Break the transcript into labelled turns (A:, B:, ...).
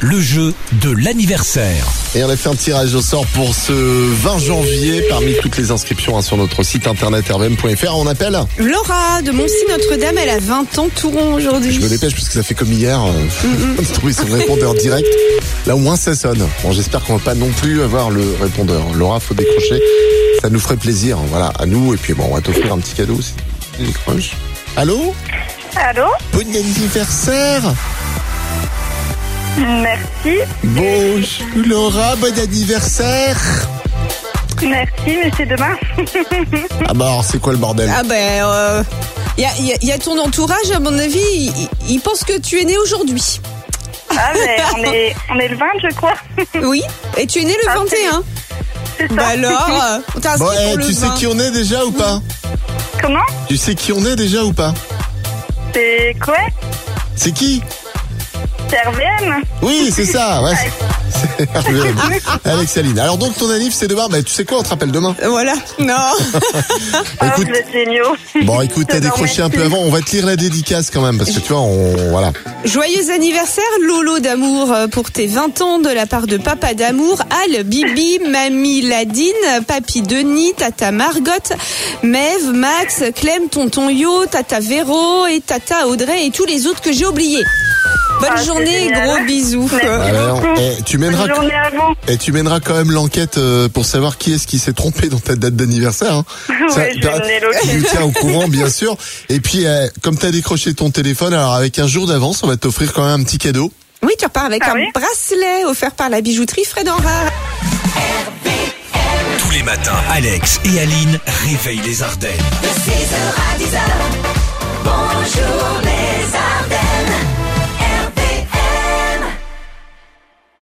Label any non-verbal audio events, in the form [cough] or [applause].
A: le jeu de l'anniversaire.
B: Et on a fait un tirage au sort pour ce 20 janvier parmi toutes les inscriptions hein, sur notre site internet rvm.fr. On appelle
C: Laura de Moncy Notre-Dame, elle a 20 ans Touron aujourd'hui.
B: Je me dépêche parce que ça fait comme hier. euh, [laughs] de trouver son répondeur direct. Là, au moins, ça sonne. Bon, j'espère qu'on va pas non plus avoir le répondeur. Laura, faut décrocher. Ça nous ferait plaisir, hein, voilà, à nous. Et puis, bon, on va t'offrir un petit cadeau aussi. Décroche. Allô
D: Allô
B: Bon anniversaire
D: Merci.
B: Bonjour Laura, bon anniversaire
D: Merci, mais c'est demain.
B: Ah bah alors, c'est quoi le bordel
C: Ah ben, euh, il y, a, il y a- il y a ton entourage, à mon avis, il, il- il pense que tu es né aujourd'hui.
D: Ah, mais on est, on est le 20, je crois.
C: Oui, et tu es né le
D: Ah,
C: 21.
D: C'est ça.
C: Bah
D: [laughs]
C: alors, euh, on t'a inscrit
B: Bon, eh,
C: pour le
B: tu sais
C: 20.
B: qui on est déjà ou pas
D: Comment
B: Tu sais qui on est déjà ou pas
D: C'est quoi
B: C'est qui
D: C'est RVM
B: Oui, c'est ça, ouais. c'est- c'est RVM. [laughs] Alex Aline. Alors donc ton anniv c'est demain, bah tu sais quoi, on te rappelle demain.
C: Voilà, non.
D: Ah,
B: Écoute,
D: vous êtes géniaux.
B: bon écoute, t'as décroché un peu avant, on va te lire la dédicace quand même, parce que tu vois, on voilà.
C: Joyeux anniversaire, Lolo d'amour, euh, pour tes 20 ans de la part de Papa d'amour, Al, Bibi, Mamie Ladine, Papy Denis, Tata Margot, Mève, Max, Clem, Tonton Yo, Tata Véro et Tata Audrey et tous les autres que j'ai oubliés. Bonne
D: Ah, c'est
C: journée,
D: génial.
C: gros bisous.
D: Merci.
C: Euh,
B: Alors,
D: beaucoup.
B: eh, tu mèneras
D: Bonne journée à vous.
B: et tu mèneras quand même l'enquête euh, pour savoir qui est-ce qui s'est trompé dans ta date d'anniversaire. hein. Ça,
D: [laughs] Ouais, je vais
B: bah,
D: donner l'autre.
B: tu nous tiens au courant, bien sûr. Et puis, euh, comme t'as décroché ton téléphone, alors avec un jour d'avance, on va t'offrir quand même un petit cadeau.
C: Oui, tu repars avec
D: Ah
C: un
D: oui
C: bracelet offert par la bijouterie Fred Enrard.
A: Tous les matins, Alex et Aline réveillent les Ardennes.
E: de 6h à 10h. Bonjour les